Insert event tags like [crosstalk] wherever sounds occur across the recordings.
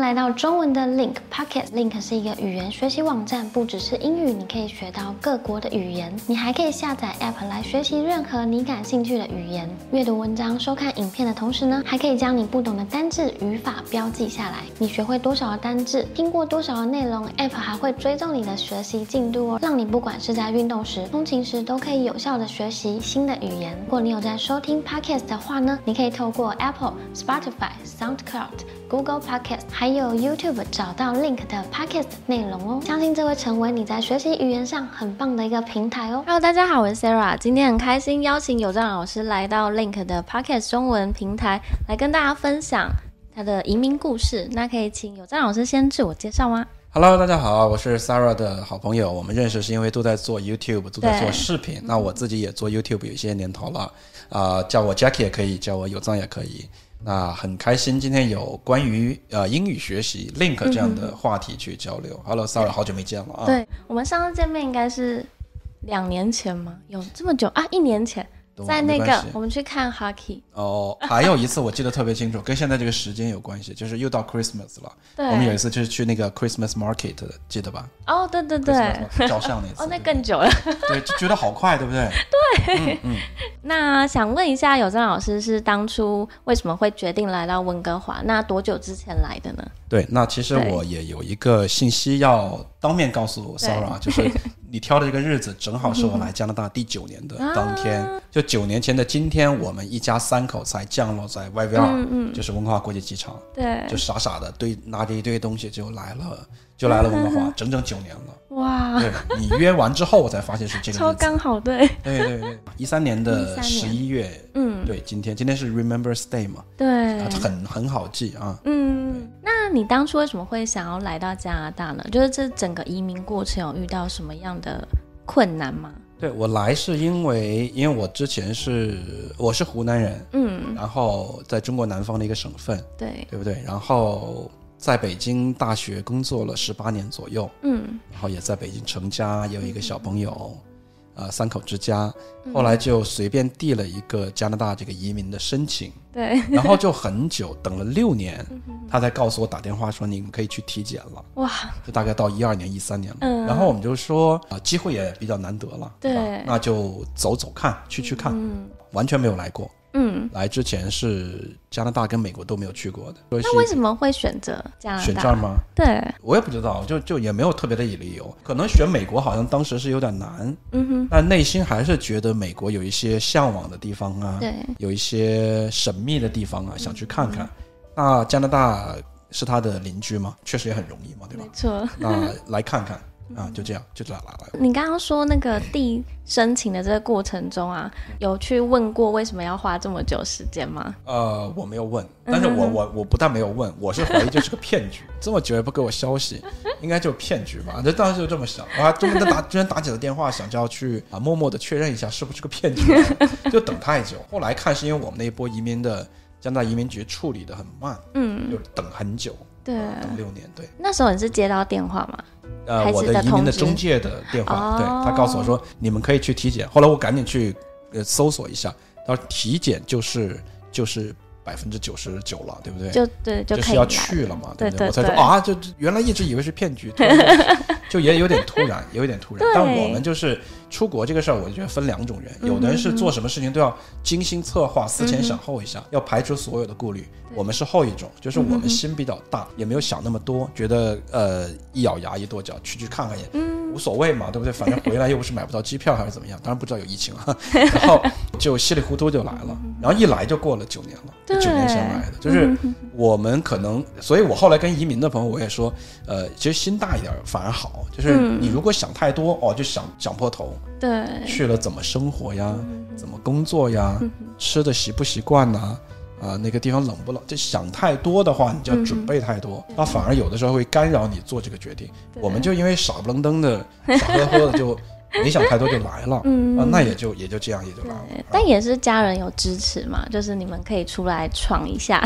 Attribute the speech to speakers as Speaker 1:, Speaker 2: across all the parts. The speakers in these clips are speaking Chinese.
Speaker 1: 来到中文的 Link Pocket。Link 是一个语言学习网站，不只是英语，你可以学到各国的语言，你还可以下载 App 来学习任何你感兴趣的语言。阅读文章、收看影片的同时呢，还可以将你不懂的单字、语法标记下来。你学会多少的单字，听过多少的内容，App 还会追踪你的学习进度哦，让你不管是在运动时、通勤时，都可以有效的学习新的语言。如果你有在收听 Podcast 的话呢，你可以透过 Apple、Spotify、SoundCloud。Google Podcast，还有 YouTube 找到 Link 的 Podcast 内容哦。相信这会成为你在学习语言上很棒的一个平台哦。
Speaker 2: Hello，大家好，我是 Sarah，今天很开心邀请有藏老师来到 Link 的 Podcast 中文平台，来跟大家分享他的移民故事。那可以请有藏老师先自我介绍吗？
Speaker 3: Hello，大家好，我是 Sarah 的好朋友。我们认识是因为都在做 YouTube，都在做视频。那我自己也做 YouTube 有些年头了，啊、叫我 Jack 也可以，叫我有藏也可以。那很开心，今天有关于呃英语学习 Link 这样的话题去交流。Hello，Sarah，好久没见了啊！，
Speaker 2: 对我们上次见面应该是两年前吗？有这么久啊？一年前，
Speaker 3: 懂
Speaker 2: 在
Speaker 3: 没
Speaker 2: 那
Speaker 3: 关
Speaker 2: 个
Speaker 3: 系
Speaker 2: 我们去看 Hockey，
Speaker 3: 哦，还有一次我记得特别清楚，跟现在这个时间有关系，就是又到 Christmas 了。我们有一
Speaker 2: 对，
Speaker 3: 次就是去那个 Christmas Market，的记得吧？
Speaker 2: 哦，对对对，
Speaker 3: Christmas market，照相那次。
Speaker 2: [laughs] 哦，那
Speaker 3: 对
Speaker 2: 更久了。
Speaker 3: 对，就觉得好快，对不对？
Speaker 2: 那想问一下，有藏老师是当初为什么会决定来到温哥华？那多久之前来的呢？
Speaker 3: 对，那其实
Speaker 2: 对
Speaker 3: 我也有一个信息要当面告诉 Sarah，就是
Speaker 2: [laughs]
Speaker 3: 你挑的这个日子正好是我来加拿大第九年的
Speaker 2: 啊
Speaker 3: 当天，就九年前的今天，我们一家三口才降落在 YVR，、就是
Speaker 2: 嗯
Speaker 3: 温哥华国际机场，
Speaker 2: 对，
Speaker 3: 就傻傻的堆拿着一堆东西就来了，就来了温
Speaker 2: [laughs]
Speaker 3: 哥华，整整九年了。
Speaker 2: 哇，
Speaker 3: 对你约完之后，我才发现是这
Speaker 2: [laughs]
Speaker 3: 个
Speaker 2: 超
Speaker 3: 日子。
Speaker 2: 刚好对
Speaker 3: 对对对，一三年的
Speaker 2: 13
Speaker 3: 十
Speaker 2: 年
Speaker 3: 一月，
Speaker 2: 嗯，
Speaker 3: 对，今天今天是 Remember's Day 嘛，
Speaker 2: 对
Speaker 3: 啊，很很好记啊。
Speaker 2: [laughs] 嗯，那你当初为什么会想要来到加拿大呢？就是这整个移民过程有遇到什么样的困难吗？
Speaker 3: 对我来是因为，因为我之前是我是湖南人，
Speaker 2: 嗯，
Speaker 3: 然后在中国南方的一个省份，
Speaker 2: 对，
Speaker 3: 对不对？然后在北京大学工作了十八年左右，
Speaker 2: 嗯，
Speaker 3: 然后也在北京成家，也有一个小朋友，呃，三口之家。后来就随便递了一个加拿大这个移民的申请，
Speaker 2: 对， [laughs]
Speaker 3: 然后就很久等了六年，他才告诉我打电话说你们可以去体检了。
Speaker 2: 嗯哇，
Speaker 3: 就大概到一二年、一三年了。
Speaker 2: 嗯
Speaker 3: 然后我们就说啊、机会也比较难得了，
Speaker 2: 对
Speaker 3: 吧那就走走看，去去看，
Speaker 2: 嗯
Speaker 3: 完全没有来过。
Speaker 2: 嗯，
Speaker 3: 来之前是加拿大跟美国都没有去过的，所以
Speaker 2: 那为什么会选择加拿
Speaker 3: 选这
Speaker 2: 大？
Speaker 3: 儿吗？
Speaker 2: 对，
Speaker 3: 我也不知道，就就也没有特别的理由，可能选美国好像当时是有点难，
Speaker 2: 嗯哼，
Speaker 3: 但内心还是觉得美国有一些向往的地方啊，
Speaker 2: 对，
Speaker 3: 有一些神秘的地方啊，想去看看。那加拿大是他的邻居嘛，确实也很容易嘛，对吧
Speaker 2: 没？错。嗯
Speaker 3: 那来看看啊，就这样，就这样来来。
Speaker 2: 你刚刚说那个地申请的这个过程中啊，有去问过为什么要花这么久时间吗？
Speaker 3: 呃，我没有问，但是
Speaker 2: 嗯
Speaker 3: 我我我不但没有问，我是怀疑这是个
Speaker 2: [laughs]
Speaker 3: 骗局，这么久也不给我消息，应该就是骗局吧？这当时就这么想，我还专门
Speaker 2: [laughs]
Speaker 3: 地打居然打几个电话，想着要去啊，默默的确认一下是不是
Speaker 2: [laughs]
Speaker 3: 个骗局，就等太久。后来看是因为我们那一波移民的加拿大移民局处理的很慢，
Speaker 2: 嗯，
Speaker 3: 就等很久，
Speaker 2: 对。
Speaker 3: 等六年，对。
Speaker 2: 那时候你是接到电话吗？
Speaker 3: 呃，
Speaker 2: 还
Speaker 3: 我
Speaker 2: 是
Speaker 3: 的
Speaker 2: 在
Speaker 3: 移民
Speaker 2: 通
Speaker 3: 的
Speaker 2: 知
Speaker 3: 中介的电话，对
Speaker 2: 哦
Speaker 3: 他告诉我说你们可以去体检。后来我赶紧去呃搜索一下，他说体检就是就是百分之九十九了，对不对？
Speaker 2: 就对，就
Speaker 3: 就
Speaker 2: 可
Speaker 3: 是
Speaker 2: 以
Speaker 3: 要
Speaker 2: 来
Speaker 3: 去了嘛，
Speaker 2: 对
Speaker 3: 不
Speaker 2: 对
Speaker 3: 我才说
Speaker 2: 对
Speaker 3: 啊，就就原来一直以为是骗局，突然
Speaker 2: [laughs]
Speaker 3: 就也有点突然，有点突然。但
Speaker 2: 对嗯
Speaker 3: 我们就是出国这个事儿，我就觉得分两种人，有的人是做什么事情都要精心策划、思前想后一下，要排除所有的顾虑。我们是后一种，就是
Speaker 2: 嗯
Speaker 3: 我们心比较大，也没有想那么多，觉得呃一咬牙一跺脚去去看看也无所谓嘛，对不对？反正回来又不是买不到机票还是怎么样，当然不知道有疫情啊， [laughs] 然后就稀里糊涂就来了，然后一来就过了九年了，就九年前来的，就是我们可能，所以我后来跟移民的朋友我也说，呃，其实心大一点儿反而好，就是你如果想太多哦，就想想破头，
Speaker 2: 对，嗯
Speaker 3: 去了怎么生活呀，怎么工作呀，吃的习不习惯呐、啊？那个地方冷不冷？就想太多的话，你
Speaker 2: 嗯
Speaker 3: 就要准备太多，那、反而有的时候会干扰你做这个决定。我们就因为傻不愣登的、傻呵呵的就
Speaker 2: [laughs]
Speaker 3: 没想太多就来了，啊，那也就也就这样，也就来了。
Speaker 2: 嗯对
Speaker 3: 啊
Speaker 2: 但也是家人有支持嘛，就是你们可以出来闯一下。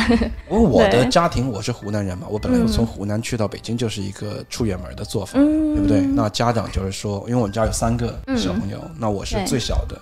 Speaker 3: 因为我的
Speaker 2: 对
Speaker 3: 家庭我是湖南人嘛，我本来
Speaker 2: 嗯
Speaker 3: 从湖南去到北京就是一个出远门的做法，对不对？那家长就是说，因为我们家有三个小朋友，那我是
Speaker 2: 嗯对嗯
Speaker 3: 最小的，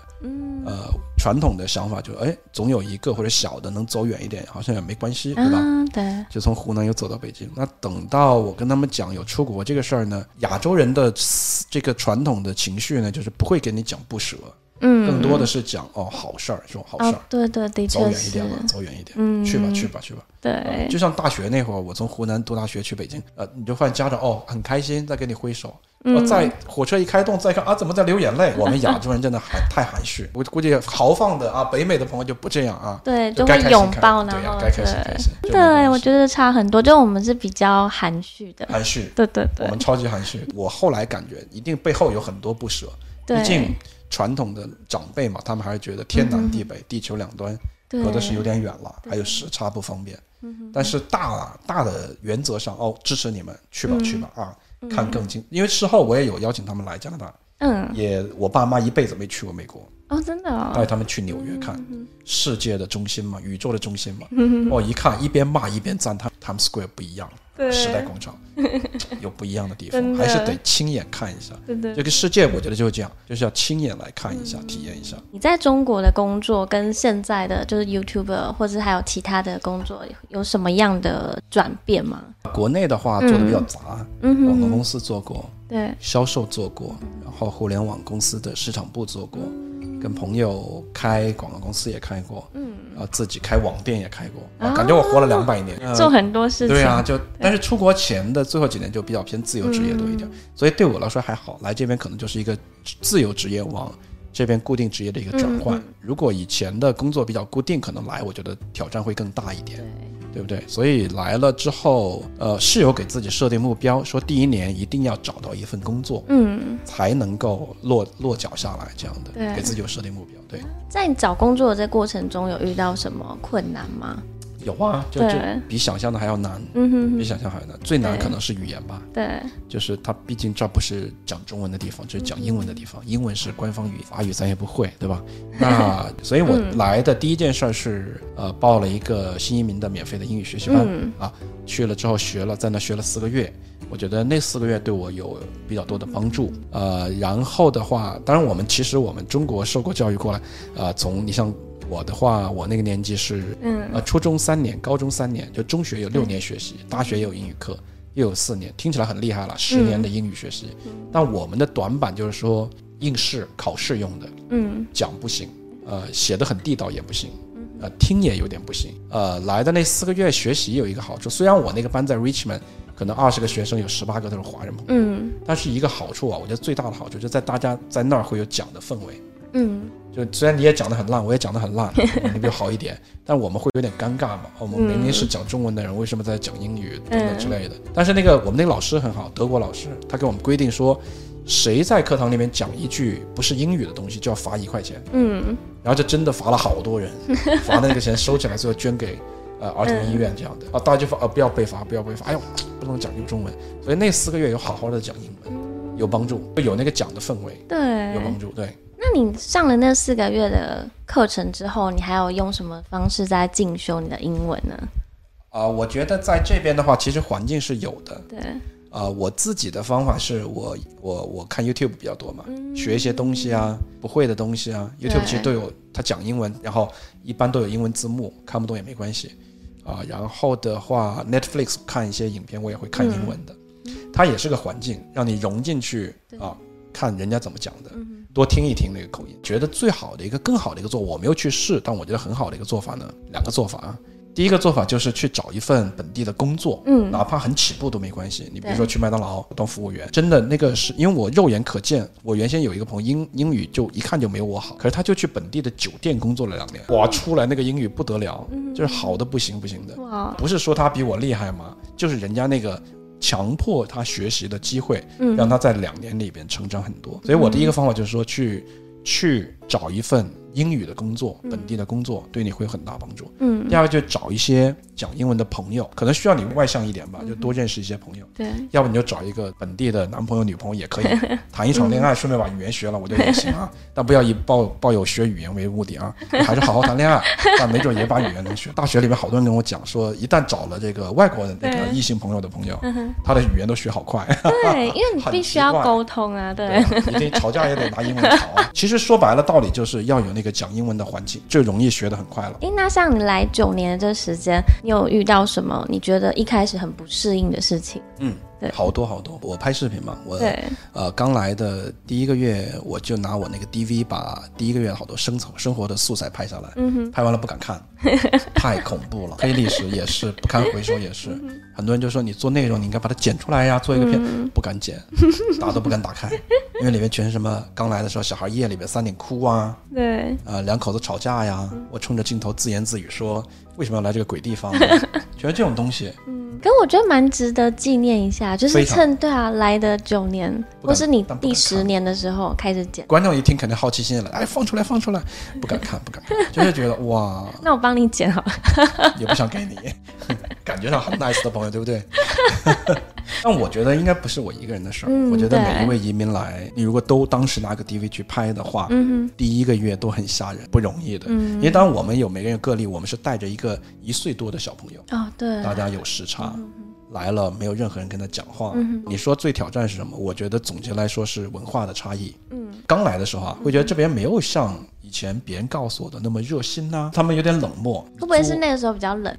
Speaker 3: 呃，传统的想法就哎，总有一个或者小的能走远一点，好像也没关
Speaker 2: [laughs]
Speaker 3: 系，对吧？
Speaker 2: 嗯，对，
Speaker 3: 就从湖南又走到北京。那等到我跟他们讲有出国这个事儿呢，亚洲人的思这个传统的情绪呢，就是不会给你讲不舍，
Speaker 2: 嗯，
Speaker 3: 更多的是讲哦好事儿，这种好事
Speaker 2: 哦
Speaker 3: 儿，，
Speaker 2: 对对，的
Speaker 3: 走
Speaker 2: 确
Speaker 3: 远一
Speaker 2: 是
Speaker 3: 点，吧，走远一点，
Speaker 2: 嗯
Speaker 3: 去吧去吧去吧。
Speaker 2: 对，
Speaker 3: 就像大学那会儿，我从湖南读大学去北
Speaker 2: 嗯
Speaker 3: 京，呃，你就发现家长哦很开心，在给你挥手。哦，在火车一开动，再看啊，怎么在流
Speaker 2: [laughs]
Speaker 3: 眼泪？我们亚洲人真的还太含蓄，我估计豪放的啊，北美的朋友就不这样啊，
Speaker 2: 对，
Speaker 3: 就
Speaker 2: 就
Speaker 3: 该
Speaker 2: 会
Speaker 3: 开心
Speaker 2: 拥
Speaker 3: 开
Speaker 2: 抱，
Speaker 3: 对
Speaker 2: 然
Speaker 3: 呀
Speaker 2: 后
Speaker 3: 该开心开心就
Speaker 2: 对，
Speaker 3: 没关系
Speaker 2: 对我觉得差很多，就我们是比较含蓄的，
Speaker 3: 含蓄。
Speaker 2: 对对
Speaker 3: 我
Speaker 2: 对
Speaker 3: 们超级含蓄。我后来感觉，一定背后有很多不舍。毕
Speaker 2: 对
Speaker 3: 竟传统的长辈嘛，他们还是觉得天南地北，
Speaker 2: 嗯
Speaker 3: 地球两端，
Speaker 2: 对，
Speaker 3: 隔的是有点远了，还有时差不方便。
Speaker 2: 嗯
Speaker 3: 但是大大的原则上，哦，支持你们，去
Speaker 2: 嗯
Speaker 3: 吧去吧啊，看更近。因为事后我也有邀请他们来加拿大，
Speaker 2: 嗯，
Speaker 3: 也我爸妈一辈子没去过美国，
Speaker 2: 哦，真的哦，
Speaker 3: 带他们去纽约
Speaker 2: 嗯
Speaker 3: 看世界的中心嘛，宇宙的中心嘛。哦，一看一边骂一边赞叹，Times Square 不一样，
Speaker 2: 对
Speaker 3: 时代广
Speaker 2: [laughs]
Speaker 3: 场有不一样的地方，
Speaker 2: 真的
Speaker 3: 还是得亲眼看一下。
Speaker 2: 对对
Speaker 3: 这个世界我觉得就是这样，就是要亲眼来看一
Speaker 2: 嗯
Speaker 3: 下，体验一下。
Speaker 2: 你在中国的工作跟现在的就是 YouTuber 或者还有其他的工作有什么样的转变吗？
Speaker 3: 国内的话做的比较杂，
Speaker 2: 嗯哼
Speaker 3: 广告公司做过，
Speaker 2: 对，
Speaker 3: 销售做过，然后互联网公司的市场部做过，跟朋友开广告公司也开过，嗯，然后自己开网店也开过，啊感觉我活了两百年。呃
Speaker 2: 做很多事情，
Speaker 3: 对啊，就但是出国前的最后几年就比较偏自由职业多一点，所以对我来说还好。来这边可能就是一个自由职业往这边固定职业的一个转换。如果以前的工作比较固定，可能来我觉得挑战会更大一点，对不对？所以来了之后，呃，是有给自己设定目标，说第一年一定要找到一份工作，
Speaker 2: 嗯，
Speaker 3: 才能够落落脚下来，这样的
Speaker 2: 对
Speaker 3: 给自己有设定目标。对，
Speaker 2: 在你找工作的这过程中有遇到什么困难吗？
Speaker 3: 有啊，就
Speaker 2: 对
Speaker 3: 就比想象的还要难，
Speaker 2: 嗯哼
Speaker 3: 比想象还要难。最难
Speaker 2: 对
Speaker 3: 可能是语言吧。
Speaker 2: 对，
Speaker 3: 就是它毕竟这不是讲中文的地方，这是讲英文的地方，英文是官方语，法语咱也不会，对吧？那所以我来的第一件事儿是，呃，报了一个新移民的免费的英语学习班、啊，去了之后学了，在那学了四个月。我觉得那四个月对我有比较多的帮助，呃，然后的话，当然我们其实我们中国受过教育过来，呃，从你像我的话，我那个年纪是，嗯，呃，初中三年，高中三年，就中学有六年学习，大学也有英语课，又有四年，听起来很厉害了，十年的英语学习。但我们的短板就是说应试考试用的，
Speaker 2: 嗯，
Speaker 3: 讲不行，呃，写的很地道也不行，呃，听也有点不行。呃，来的那四个月学习有一个好处，虽然我那个班在 Richmond，可能二十个学生有十八个都是华人朋友，
Speaker 2: 嗯
Speaker 3: 但是一个好处啊，我觉得最大的好处就在大家在那儿会有讲的氛围。
Speaker 2: 嗯，
Speaker 3: 就虽然你也讲得很烂，我也讲得很烂，你比我好一点，但我们会有点尴尬嘛。哦我们明明是讲中文的人，为什么在讲英语等等之类的？但是那个我们那个老师很好，德国老师，他给我们规定说，谁在课堂里面讲一句不是英语的东西，就要罚一块钱。嗯，然后就真的罚了好多人，罚的那个钱收起来最后捐给。呃，儿童医院这样的、啊，大家就说啊，不要被罚，不要被罚，哎呦，不能讲中文，所以那四个月有好好的讲英文，有帮助，有那个讲的氛围，
Speaker 2: 对
Speaker 3: 有。帮助，对。
Speaker 2: 那你上了那四个月的课程之后，你还有用什么方式在进修你的英文呢？
Speaker 3: 啊、我觉得在这边的话，其实环境是有的。
Speaker 2: 对，
Speaker 3: 啊、我自己的方法是我我我看 YouTube 比较多嘛，学一些东西啊，不会的东西啊，YouTube
Speaker 2: 对
Speaker 3: 其实都有，它讲英文，然后一般都有英文字幕，看不懂也没关系。啊、然后的话，Netflix 看一些影片，我也会看英文的，它也是个环境，让你融进去啊、看人家怎么讲的，多听一听那个口音。觉得最好的一个更好的一个做，我没有去试，但我觉得很好的一个做法呢，两个做法啊。第一个做法就是去找一份本地的工作，嗯，哪怕很起步都没关系。你比如说去麦当劳当服务员，真的那个是因为我肉眼可见，我原先有一个朋友英英语就一看就没有我好，可是他就去本地的酒店工作了两年，哇，出来那个英语不得了，就是好的不行不行的。
Speaker 2: 哇，
Speaker 3: 不是说他比我厉害嘛，就是人家那个强迫他学习的机会，让他在两年里边成长很多。所以我第一个方法就是说去去找一份英语的工作，本地的工作对你会有很大帮助。
Speaker 2: 嗯，
Speaker 3: 第二个就找一些讲英文的朋友，可能需要你外向一点吧，就多认识一些朋友。
Speaker 2: 对，
Speaker 3: 要不你就找一个本地的男朋友、女朋友
Speaker 2: [laughs]
Speaker 3: 也可以，谈一场恋爱，顺便把语言学了，我觉得也行啊。但不要以抱抱有学语言为目的啊，你还是好好谈
Speaker 2: [laughs]
Speaker 3: 恋爱，但没准也把语言能学。大学里面好多人跟我讲说，一旦找了这个外国的那个
Speaker 2: 对嗯
Speaker 3: 异性朋友的朋友，他的语言都学好快。
Speaker 2: [laughs] [laughs] 对，因为你
Speaker 3: 很
Speaker 2: 必
Speaker 3: 奇
Speaker 2: 须要
Speaker 3: 怪 [laughs]
Speaker 2: 沟通啊，对，
Speaker 3: 一定吵架也得拿英文吵啊。其实说白了，道理就是要有那那个讲英文的环境，就容易学得很快了。
Speaker 2: 诶，那像你来九年的这时间，你有遇到什么你觉得一开始很不适应的事情？
Speaker 3: 嗯
Speaker 2: 对，
Speaker 3: 好多好多。我拍视频嘛，我
Speaker 2: 对，
Speaker 3: 呃刚来的第一个月，我就拿我那个 DV 把第一个月好多生活生活的素材拍下来，拍完了不敢看，太恐怖了，黑历史也是，不堪回首也是。很多人就说你做内容，你应该把它剪出来呀，做一个片，不敢剪，打都不敢打开，因为里面全是什么刚来的时候小孩夜里面三点哭啊，
Speaker 2: 对，
Speaker 3: 呃，两口子吵架呀，我冲着镜头自言自语说为什么要来这个鬼地方，全是这种东西。
Speaker 2: 可我觉得蛮值得纪念一下，就是
Speaker 3: 非常
Speaker 2: 趁对啊来的九年，
Speaker 3: 不
Speaker 2: 或
Speaker 3: 敢
Speaker 2: 是你
Speaker 3: 但不敢
Speaker 2: 第十
Speaker 3: 看
Speaker 2: 年的时候开始剪。
Speaker 3: 观众一听肯定好奇心也来，哎，放出来，放出来，不敢看，不敢看，就是觉得哇，
Speaker 2: 那我帮你剪好了。
Speaker 3: 也不想给你， [laughs] 感觉
Speaker 2: [laughs]
Speaker 3: 上很 nice 的朋友，对不对？ [laughs] 但我觉得应该不是我一个人的事儿，
Speaker 2: 嗯
Speaker 3: 我觉得
Speaker 2: 对
Speaker 3: 每一位移民来，你如果都当时拿个 DV 去拍的话，
Speaker 2: 嗯
Speaker 3: 第一个月都很吓人，不容易的。因为当然我们有每个人个例，我们是带着一个一岁多的小朋友，
Speaker 2: 哦，对，
Speaker 3: 大家有时差。
Speaker 2: 嗯
Speaker 3: 来了，没有任何人跟他讲话。你说最挑战是什么？我觉得总结来说是文化的差异。嗯，刚来的时候啊，会觉得这边没有像以前别人告诉我的那么热心呐、他们有点冷漠。
Speaker 2: 会不会是
Speaker 3: 租
Speaker 2: 那个时候比较冷，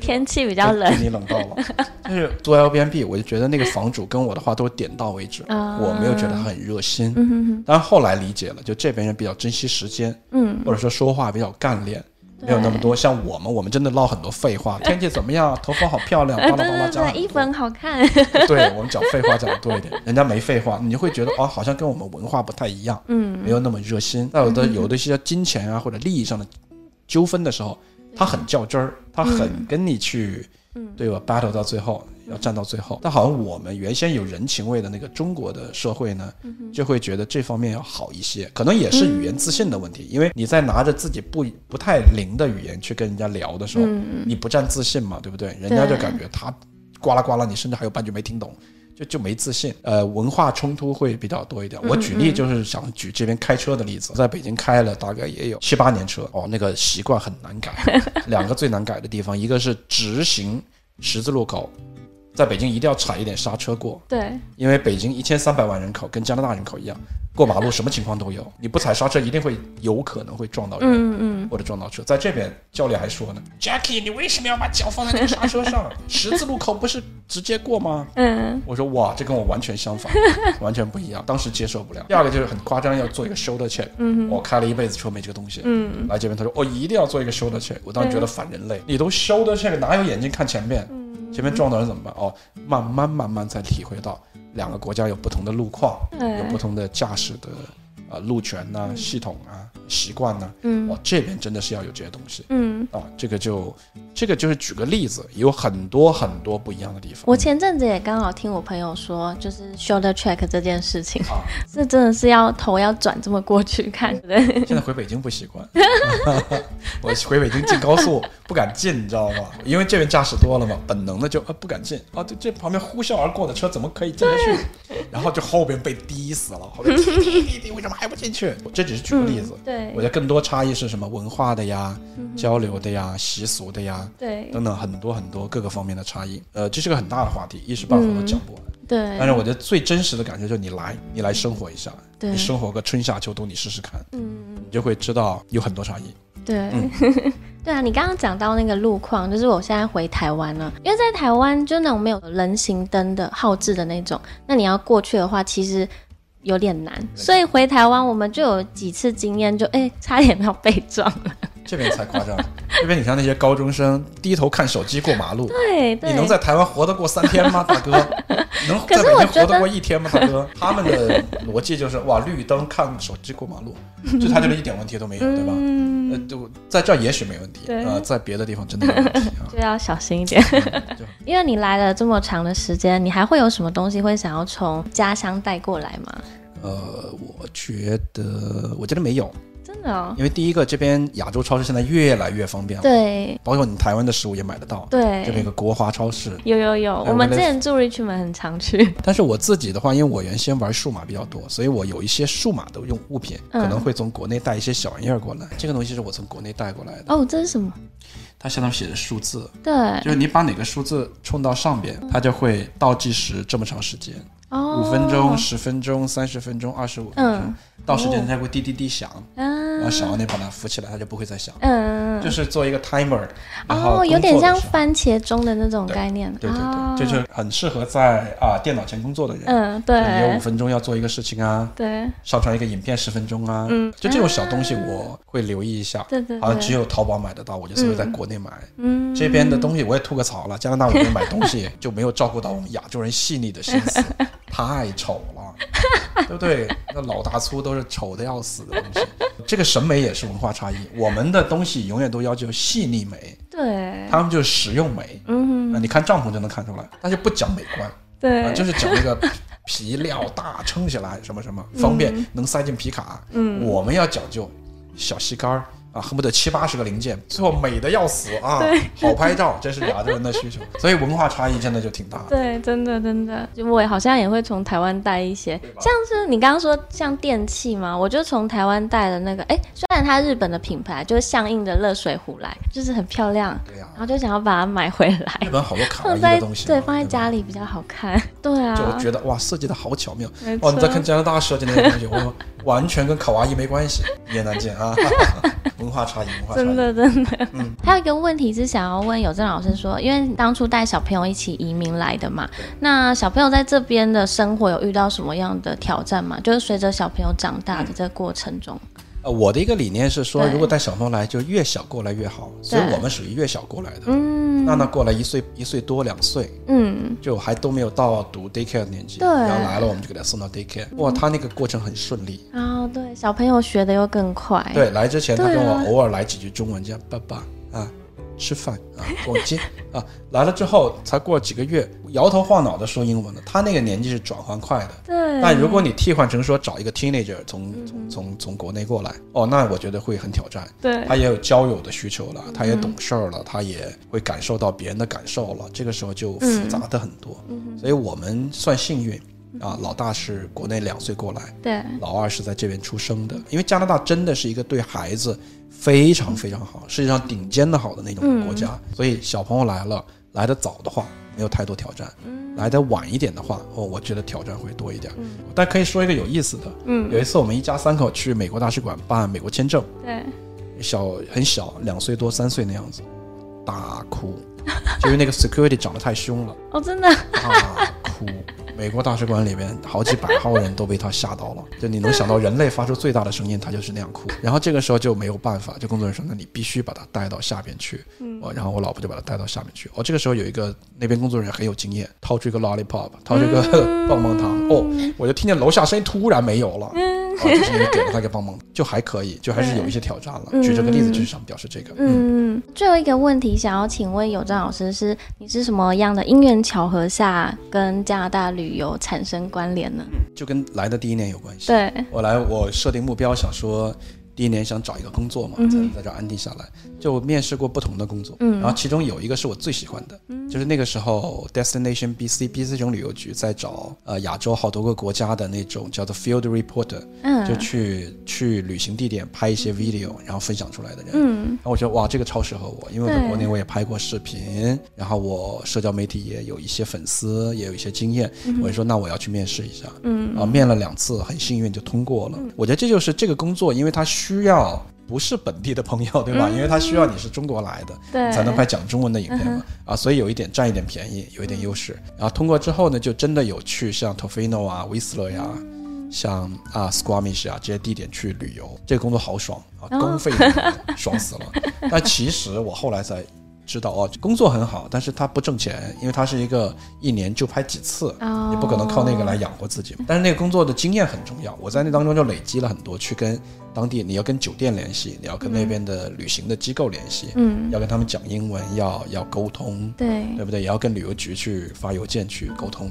Speaker 2: 天气比较冷
Speaker 3: 被？你冷到
Speaker 2: [laughs]
Speaker 3: 了。就是做 Airbnb，我就觉得那个房主跟我的话都是点到为止，
Speaker 2: [laughs] 啊
Speaker 3: 我没有觉得很热心。但后来理解了，就这边人比较珍惜时间，
Speaker 2: 嗯，
Speaker 3: 或者说说话比较干练。
Speaker 2: 对
Speaker 3: 没有那么多像我们，我们真的唠很多
Speaker 2: [laughs]
Speaker 3: 废话。天气怎么样？头发好漂亮，
Speaker 2: 呃，[laughs]
Speaker 3: 巴拉
Speaker 2: 对
Speaker 3: 巴拉
Speaker 2: 对
Speaker 3: 讲
Speaker 2: 对，
Speaker 3: 很
Speaker 2: 衣服
Speaker 3: 多。
Speaker 2: 很好看。
Speaker 3: 对我们讲废话讲的多一点，人家没废话，你就会觉得哦，好像跟我们文化不太一样，嗯，没有那么热心。那有的有的一些金钱啊或者利益上的纠纷的时候，他很较真儿，他很跟你去，对吧？battle 到最后，要战到最后。但好像我们原先有人情味的那个中国的社会呢，就会觉得这方面要好一些，可能也是语言自信的问题，因为你在拿着自己不不太灵的语言去跟人家聊的时候，你不占自信嘛，对不对？人家就感觉他呱啦呱啦，你甚至还有半句没听懂。就就没自信，呃，文化冲突会比较多一点。我举例就是想举这边开车的例子，在北京开了大概也有七八年车，哦，那个习惯很难改。两个最难改的地方，一个是直行十字路口，在北京一定要踩一点刹车过，
Speaker 2: 对，
Speaker 3: 因为北京一千三百万人口跟加拿大人口一样，过马路什么情况都有，你不踩刹车一定会有可能会撞到人。
Speaker 2: 嗯嗯，
Speaker 3: 或者撞到车，在这边教练还说呢，Jackie，你为什么要把脚放在那个刹车上？ [laughs] 十字路口不是直接过吗？
Speaker 2: 嗯，
Speaker 3: 我说哇，这跟我完全相反，完全不一样，当时接受不了。第二个就是很夸张，要做一个 shoulder check。嗯，我开了一辈子车没这个东西。嗯，来这边他说我、一定要做一个 shoulder check，我当时觉得反人类，你都 shoulder check，哪有眼睛看前面？前面撞到人怎么办？哦，慢慢慢慢才体会到两个国家有不同的路况，有不同的驾驶的啊、呃路权呐、系统啊、习惯呐、嗯，哇，这边真的是要有这些东西。
Speaker 2: 嗯，
Speaker 3: 啊，这个就这个就是举个例子，有很多很多不一样的地方。
Speaker 2: 我前阵子也刚好听我朋友说，就是 shoulder check 这件事情
Speaker 3: 啊，
Speaker 2: 这真的是要头要转这么过去看，对不对？
Speaker 3: 现在回北京不习惯， [laughs] 我回北京进高速不敢进，你知道吗？因为这边驾驶多了嘛，本能的就呃不敢进啊，这这旁边呼啸而过的车怎么可以进得去？ [laughs] 然后就后边被滴死了，后边滴滴滴滴，为什么还不进去？这只是举个例子，
Speaker 2: 对
Speaker 3: 我觉得更多差异是什么？文化的呀，交流的呀，习俗的呀。
Speaker 2: 嗯对
Speaker 3: 等等很多很多各个方面的差异，呃，这是个很大的话题，一时半会儿
Speaker 2: 嗯
Speaker 3: 都讲不完。
Speaker 2: 对
Speaker 3: 但是我觉得最真实的感觉就是你来，你来生活一下，
Speaker 2: 嗯对
Speaker 3: 你生活个春夏秋冬，你试试看，你就会知道有很多差异。
Speaker 2: 对，
Speaker 3: 嗯
Speaker 2: [laughs] 对啊，你刚刚讲到那个路况，就是我现在回台湾了，因为在台湾就那种没有人行灯的号志的那种，那你要过去的话，其实。有点难，所以回台湾我们就有几次经验，就哎、差点要被撞 [laughs] 了。
Speaker 3: [laughs] 这边才夸张， [laughs] 这边你像那些高中生低头看手机过马路，
Speaker 2: 对对，
Speaker 3: 你能在台湾活得过三天 [laughs] 吗，大哥？能
Speaker 2: 可
Speaker 3: 在
Speaker 2: 是
Speaker 3: 北
Speaker 2: 我
Speaker 3: 京
Speaker 2: 觉得
Speaker 3: 活得过一天吗，大哥？ [laughs] 他们的逻辑就是哇，绿灯看手机过马 [laughs] 路，就他就是一点问题都没有，对吧？呃，就在这儿也许没问题，
Speaker 2: 对
Speaker 3: 呃，在别的地方真的有问题啊。 [laughs]
Speaker 2: 就要小心一点。
Speaker 3: 就
Speaker 2: 因为你来了这么长的时间，你还会有什么东西会想要从家乡带过来吗？
Speaker 3: 呃，我觉得我觉得没有，
Speaker 2: 真的哦，
Speaker 3: 因为第一个这边亚洲超市现在越来越方便了，
Speaker 2: 对
Speaker 3: 包括你台湾的食物也买得到，
Speaker 2: 对
Speaker 3: 这边有个国华超市。
Speaker 2: 有有有，
Speaker 3: 哎
Speaker 2: 我
Speaker 3: 我
Speaker 2: 们
Speaker 3: 们
Speaker 2: 之
Speaker 3: 的
Speaker 2: 前住 Richmond 很常去，
Speaker 3: 但是我自己的话，因为我原先玩数码比较多，所以我有一些数码的用物品，
Speaker 2: 嗯
Speaker 3: 可能会从国内带一些小玩意儿过来。这个东西是我从国内带过来的，
Speaker 2: 哦，这是什么？
Speaker 3: 它相当于写的数字，
Speaker 2: 对，
Speaker 3: 就是你把哪个数字冲到上边，它就会倒计时这么长时间，
Speaker 2: 哦，
Speaker 3: 五分钟、十分钟、三十分钟、二十五分钟，
Speaker 2: 嗯
Speaker 3: 到时间它会滴滴滴响。
Speaker 2: 啊，
Speaker 3: 然后小王你把它扶起来，它就不会再响，
Speaker 2: 嗯，
Speaker 3: 就是做一个 timer，然后
Speaker 2: 哦，有点
Speaker 3: 工作
Speaker 2: 像
Speaker 3: 的时候
Speaker 2: 番茄钟的那种
Speaker 3: 对
Speaker 2: 概念，
Speaker 3: 对
Speaker 2: 哦
Speaker 3: 对对，这就很适合在啊电脑前工作的人，
Speaker 2: 嗯，
Speaker 3: 你有五
Speaker 2: 对
Speaker 3: 分钟要做一个事情啊，
Speaker 2: 对
Speaker 3: 上传一个影片十分钟啊，
Speaker 2: 嗯
Speaker 3: 就这种小东西我会留意一下。
Speaker 2: 对对，
Speaker 3: 好像只
Speaker 2: 有
Speaker 3: 有淘宝买得到，我就是会在国内买。
Speaker 2: 嗯
Speaker 3: 这边的东西我也吐个槽了，加拿大我这边买东西就没有照顾到我们亚洲人细腻的心
Speaker 2: [laughs]
Speaker 3: 思，太丑了，对不对？那老大粗都是丑的要死的东西，这个审美也是文化差异。我们的东西永远都要求细腻美，
Speaker 2: 对，
Speaker 3: 他们就是实用美。
Speaker 2: 嗯
Speaker 3: 啊，你看帐篷就能看出来，但是不讲美观。啊，
Speaker 2: 对，
Speaker 3: 就是讲那个皮料大，撑起来什么什么方便，能塞进皮卡。
Speaker 2: 嗯
Speaker 3: 我们要讲究小细杆儿啊，恨不得七八十个零件，最后美的要死啊，好拍照，这是亚洲人的需求。所以文化差异真的就挺大的。
Speaker 2: 对，真的真的，就我也好像也会从台湾带一些，像是你刚刚说像电器嘛，我就从台湾带了那个，哎，虽然它日本的品牌，就是相应的热水壶来，就是很漂亮，
Speaker 3: 对呀、
Speaker 2: 然后就想要把它买回来，
Speaker 3: 日本好多卡哇
Speaker 2: 放
Speaker 3: 伊
Speaker 2: 在
Speaker 3: 的东西嘛，
Speaker 2: 对放在
Speaker 3: 吧
Speaker 2: 家。里比较好看，对啊，
Speaker 3: 就觉得哇，设计的好巧妙
Speaker 2: 没
Speaker 3: 哦！你在
Speaker 2: 错
Speaker 3: 看加拿大设计那些东西，我完全跟卡哇伊没关系，一言难尽
Speaker 2: [laughs]
Speaker 3: 啊！哈哈哈文化差异，文化差异，
Speaker 2: 真的真的。 [laughs] 还有一个问题是想要问有正老师说，因为当初带小朋友一起移民来的嘛，那小朋友在这边的生活有遇到什么样的挑战吗？就是随着小朋友长大的这个过程中，
Speaker 3: 呃，我的一个理念是说，
Speaker 2: 对
Speaker 3: 如果带小朋友来，就越小过来越好，所以
Speaker 2: 对
Speaker 3: 我们属于越小过来的。
Speaker 2: 嗯
Speaker 3: 娜娜过来一岁一岁多两岁，
Speaker 2: 嗯，
Speaker 3: 就还都没有到读 daycare 的年纪，
Speaker 2: 对嗯
Speaker 3: 然后来了我们就给她送到 daycare，哇，她那个过程很顺利。
Speaker 2: 然后哦对小朋友学的又更快，
Speaker 3: 对，来之前她
Speaker 2: 对
Speaker 3: 跟
Speaker 2: 啊
Speaker 3: 我偶尔来几句中文，这样爸爸啊，吃饭啊，逛街啊，来了之后才过了几个月，摇头晃脑的说英文了。她那个年纪是转换快的，
Speaker 2: 对嗯
Speaker 3: 但如果你替换成说找一个 teenager 从从从从国内过来，哦，那我觉得会很挑战。
Speaker 2: 对
Speaker 3: 他也有交友的需求了，他也懂事儿了，他也会感受到别人的感受了，这个时候就复杂的很多。所以我们算幸运啊，老大是国内两岁过来，
Speaker 2: 对
Speaker 3: 老二是在这边出生的。因为加拿大真的是一个对孩子非常非常好，世界上顶尖的好的那种国家，所以小朋友来了，来得早的话没有太多挑战，来得晚一点的话，哦，我觉得挑战会多一点。但可以说一个有意思的，
Speaker 2: 嗯
Speaker 3: 有一次我们一家三口去美国大使馆办美国签证。
Speaker 2: 对，
Speaker 3: 小很小，两岁多三岁那样子，大哭， [laughs] 就因为那个 security 长得太凶了，
Speaker 2: 哦真的
Speaker 3: 大哭。啊美国大使馆里面好几百号人都被他吓到了，就你能想到人类发出最大的声音，他就是那样哭。然后这个时候就没有办法，就工作人员说：“那你必须把他带到下边去。”哦，然后我老婆就把他带到下面去。哦，这个时候有一个那边工作人员很有经验，掏出一个 lollipop，掏出一个 [laughs] 棒棒糖。哦，我就听见楼下声音突然没有了。啊，就是因为给了他一个棒棒，就还可以，就还是有一些挑战了。举这个例子就是想表示这个。嗯，
Speaker 2: 嗯，最后一个问题想要请问有正老师是，你是什么样的因缘巧合下跟加拿大旅游产生关联呢？
Speaker 3: 就跟来的第一年有关系。
Speaker 2: 对，
Speaker 3: 我来，我设定目标，想说第一年想找一个工作嘛，
Speaker 2: 嗯
Speaker 3: 在在这儿安定下来。就面试过不同的工作，然后其中有一个是我最喜欢的，
Speaker 2: 嗯
Speaker 3: 就是那个时候 Destination BC BC 这种旅游局在找呃亚洲好多个国家的那种叫做 Field Reporter，就
Speaker 2: 嗯
Speaker 3: 去去旅行地点拍一些 video，然后分享出来的人。
Speaker 2: 嗯
Speaker 3: 然后我觉得哇，这个超适合我，因为我在
Speaker 2: 对
Speaker 3: 国内我也拍过视频，然后我社交媒体也有一些粉丝，也有一些经验。
Speaker 2: 嗯
Speaker 3: 我就说那我要去面试一下，嗯，啊，面了两次，很幸运就通过了。我觉得这就是这个工作，因为它需要不是本地的朋友，对吧？因为它需要你是中国来的，
Speaker 2: 对
Speaker 3: 你才能拍讲中文的影片嘛。啊，所以有一点占一点便宜，有一点优势。然后通过之后呢，就真的有去像 Tofino 啊、Whistler 呀、像啊 Squamish 啊这些地点去旅游，这个工作好爽啊，公费旅游爽死了。 [laughs] 但其实我后来才知道哦，工作很好，但是它不挣钱，因为它是一个一年就拍几次，
Speaker 2: 哦
Speaker 3: 你不可能靠那个来养活自己嘛。但是那个工作的经验很重要，我在那当中就累积了很多，去跟当地你要跟酒店联系，你要跟那边的旅行的机构联系，
Speaker 2: 嗯，
Speaker 3: 要跟他们讲英文，要要沟通，
Speaker 2: 对，
Speaker 3: 对不对？也要跟旅游局去发邮件去沟通，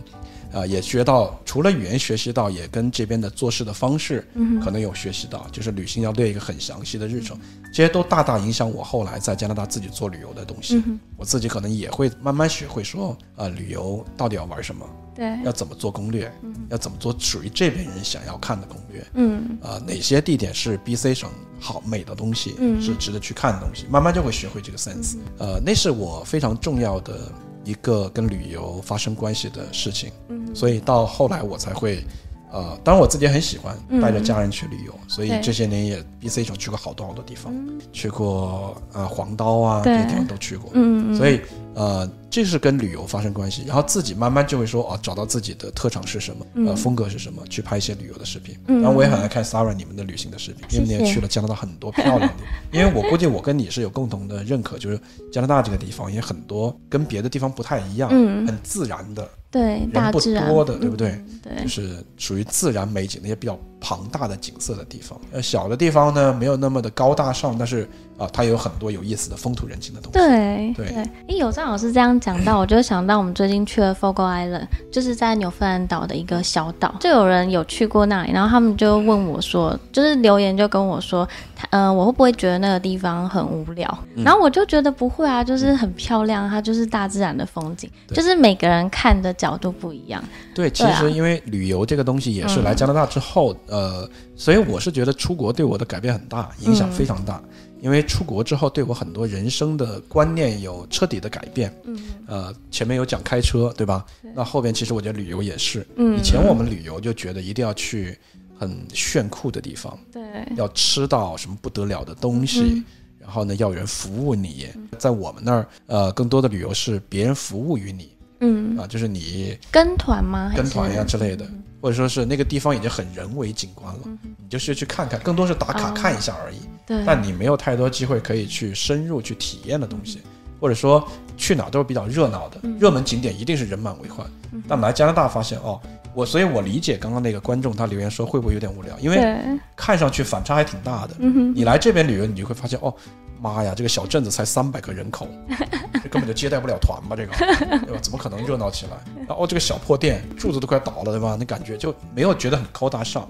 Speaker 3: 啊、也学到除了语言学习到，也跟这边的做事的方式，可能有学习到，就是旅行要列一个很详细的日程，这些都大大影响我后来在加拿大自己做旅游的东西。我自己可能也会慢慢学会说，啊、旅游到底要玩什么，
Speaker 2: 对，
Speaker 3: 要怎么做攻略，要怎么做属于这边人想要看的攻略。
Speaker 2: 嗯
Speaker 3: 啊，哪些地点是 BC 省好美的东西，
Speaker 2: 嗯
Speaker 3: 是值得去看的东西，慢慢就会学会这个 sense。呃，那是我非常重要的
Speaker 2: 嗯
Speaker 3: 一个跟旅游发生关系的事情，所以到后来我才会呃，当然我自己也很喜欢带着家人去旅游，所以
Speaker 2: 嗯对嗯
Speaker 3: 这些年也 B C 九去过好多好多地方，去过呃黄刀啊这
Speaker 2: 对
Speaker 3: 些地方都去过，
Speaker 2: 嗯，
Speaker 3: 所以呃这是跟旅游发生关系，然后自己慢慢就会说哦、找到自己的特长是什么，
Speaker 2: 嗯
Speaker 3: 呃风格是什么，去拍一些旅游的视频。然后我也很爱看 Sara 你们的旅行的视频，因为你
Speaker 2: 谢
Speaker 3: 也
Speaker 2: 谢
Speaker 3: 去了加拿大很多漂亮的
Speaker 2: [laughs]
Speaker 3: 地方，因为我估计我跟你是有共同的认可，就是加拿大这个地方也很多跟别的地方不太一样，
Speaker 2: 嗯
Speaker 3: 啊很自然的
Speaker 2: 对，大
Speaker 3: 人不
Speaker 2: 自然嗯
Speaker 3: 多的，对不对？
Speaker 2: 对
Speaker 3: 就，是属于自然美景那些比较庞大的景色的地方。呃，小的地方呢，没有那么的高大上，但是啊、它也有很多有意思的风土人情的东西。
Speaker 2: 对
Speaker 3: 对
Speaker 2: 对，因为有张老师这样讲到，我就想到我们最近去了 Fogo Island，就是在纽芬兰岛的一个小岛，就有人有去过那里，然后他们就问我说，就是留言就跟我说，他呃，我会不会觉得那个地方很无聊？
Speaker 3: 嗯
Speaker 2: 然后我就觉得不会啊，就是很漂亮，它就是大自然的风景，
Speaker 3: 对
Speaker 2: 就是每个人看的角度不一样。
Speaker 3: 对，其
Speaker 2: 对啊嗯
Speaker 3: 实因为旅游这个东西也是来加拿大之后，呃，所以我是觉得出国对我的改变很大，
Speaker 2: 嗯
Speaker 3: 影响非常大。因为出国之后，对我很多人生的观念有彻底的改变。嗯，呃，前面有讲开车，对吧？那后边其实我觉得旅游也是。
Speaker 2: 嗯
Speaker 3: 以前我们旅游就觉得一定要去很炫酷的地方，
Speaker 2: 对，
Speaker 3: 要吃到什么不得了的东西，
Speaker 2: 嗯
Speaker 3: 然后呢，要有人服务你。在我们那儿，呃，更多的旅游是别人服务于你
Speaker 2: 嗯，
Speaker 3: 啊，就是你
Speaker 2: 跟团吗？还
Speaker 3: 跟
Speaker 2: 是
Speaker 3: 团呀之类的，或者说是那个地方已经很人为景观了，你就是去看看，更多是打卡看一下而已。
Speaker 2: 对，
Speaker 3: 但你没有太多机会可以去深入去体验的东西，或者说去哪儿都是比较热闹的，热门景点一定是人满为患。但来加拿大发现哦，我所以我理解刚刚那个观众他留言说会不会有点无聊，因为
Speaker 2: 对，
Speaker 3: 看上去反差还挺大的。你来这边旅游，你就会发现，哦，妈呀，这个小镇子才三百个人口，这根本就接待不了团吧？这个，对吧？怎么可能热闹起来？然后、哦、这个小破店柱子都快倒了，对吧？那感觉就没有觉得很高大上。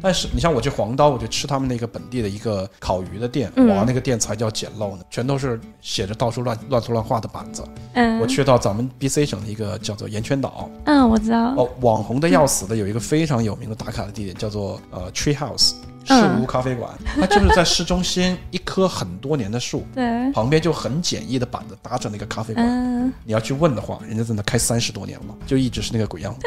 Speaker 3: 但是你像我去黄刀，我就吃他们那个本地的一个烤鱼的店，哇，那个店才叫简陋呢，全都是写着到处乱乱涂乱画的板子。
Speaker 2: 嗯
Speaker 3: 我去到咱们 B C 省的一个叫做盐泉岛，
Speaker 2: 嗯，我知道，
Speaker 3: 哦，网红的要死的有一个非常有名的打卡的地点，叫做呃 Tree House
Speaker 2: 嗯
Speaker 3: 树屋咖啡馆，它就是在市中心一棵很多年的树，
Speaker 2: 对，
Speaker 3: 旁边就很简易的板子搭着那个咖啡馆。
Speaker 2: 嗯，
Speaker 3: 你要去问的话，人家在那开三十多年了，就一直是那个鬼样子。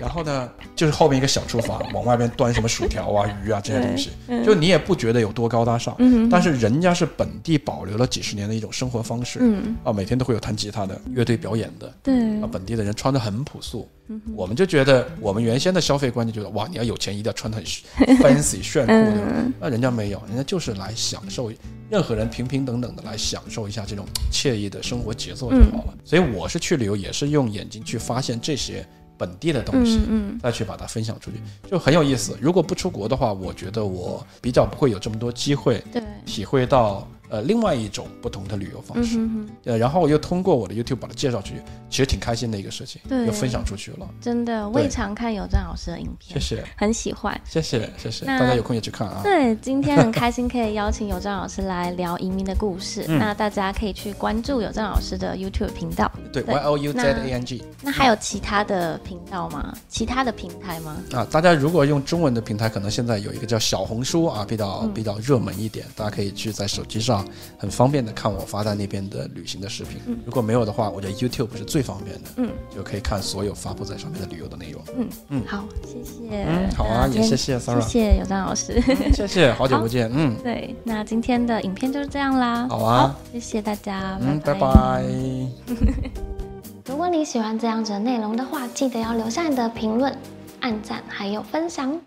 Speaker 3: 然后呢，就是后面一个小厨房，往外边端什么薯条啊、鱼啊这些东西，
Speaker 2: 嗯
Speaker 3: 就你也不觉得有多高大上。但是人家是本地保留了几十年的一种生活方式。
Speaker 2: 嗯
Speaker 3: 啊，每天都会有弹吉他的、乐队表演的，
Speaker 2: 对
Speaker 3: 啊，，本地的人穿的很朴素，
Speaker 2: 嗯
Speaker 3: 我们就觉得我们原先的消费观念觉得哇，你要有钱一定要穿的很
Speaker 2: [laughs]
Speaker 3: fancy 炫酷
Speaker 2: 嗯
Speaker 3: 的，那人家没有，人家就是来享受，任何人平平等等的来享受一下这种惬意的生活节奏就好
Speaker 2: 嗯
Speaker 3: 了。所以我是去旅游也是用眼睛去发现这些本地的东西，
Speaker 2: 嗯
Speaker 3: 再去把它分享出去，就很有意思。如果不出国的话，我觉得我比较不会有这么多机会
Speaker 2: 对，
Speaker 3: 体会到呃另外一种不同的旅游方式。
Speaker 2: 嗯哼，
Speaker 3: 呃，然后我又通过我的 YouTube 把它介绍出去，其实挺开心的一个事情，
Speaker 2: 对
Speaker 3: 又分享出去了。
Speaker 2: 真的，我也常看有郑老师的影
Speaker 3: 谢啊
Speaker 2: 片，
Speaker 3: 谢，
Speaker 2: 很喜欢。
Speaker 3: 谢谢，谢谢，
Speaker 2: 那
Speaker 3: 大家有空也去看啊。
Speaker 2: 对，今天
Speaker 3: [laughs]
Speaker 2: 很开心可以邀请有郑老师来聊移民的故事。
Speaker 3: 嗯
Speaker 2: 那大家可以去关注有郑老师的 YouTube 频道。
Speaker 3: 对
Speaker 2: 对
Speaker 3: ，Y O U Z A N G
Speaker 2: 那还有其他的频道吗？其他的平台吗？
Speaker 3: 啊，大家如果用中文的平台，可能现在有一个叫小红书啊，比较
Speaker 2: 嗯
Speaker 3: 比较热门一点，大家可以去在手机上很方便的看我发在那边的旅行的视频。如果没有的话，我觉得 YouTube 是最方便的，
Speaker 2: 嗯，
Speaker 3: 就可以看所有发布在上面的旅游的内容。
Speaker 2: 嗯，好，谢谢。
Speaker 3: 哦嗯好啊
Speaker 2: 那今天
Speaker 3: 也谢谢 Sarah 嗯
Speaker 2: 谢谢有郑老师。
Speaker 3: 谢谢，好久不见，嗯
Speaker 2: [laughs] 对，那今天的影片就是这样啦。
Speaker 3: 好啊
Speaker 2: 谢谢大家，
Speaker 3: 嗯，
Speaker 2: 嗯拜
Speaker 3: 拜拜
Speaker 1: 如果你喜欢这样子的内容的话，记得要留下你的评论、按赞还有分享。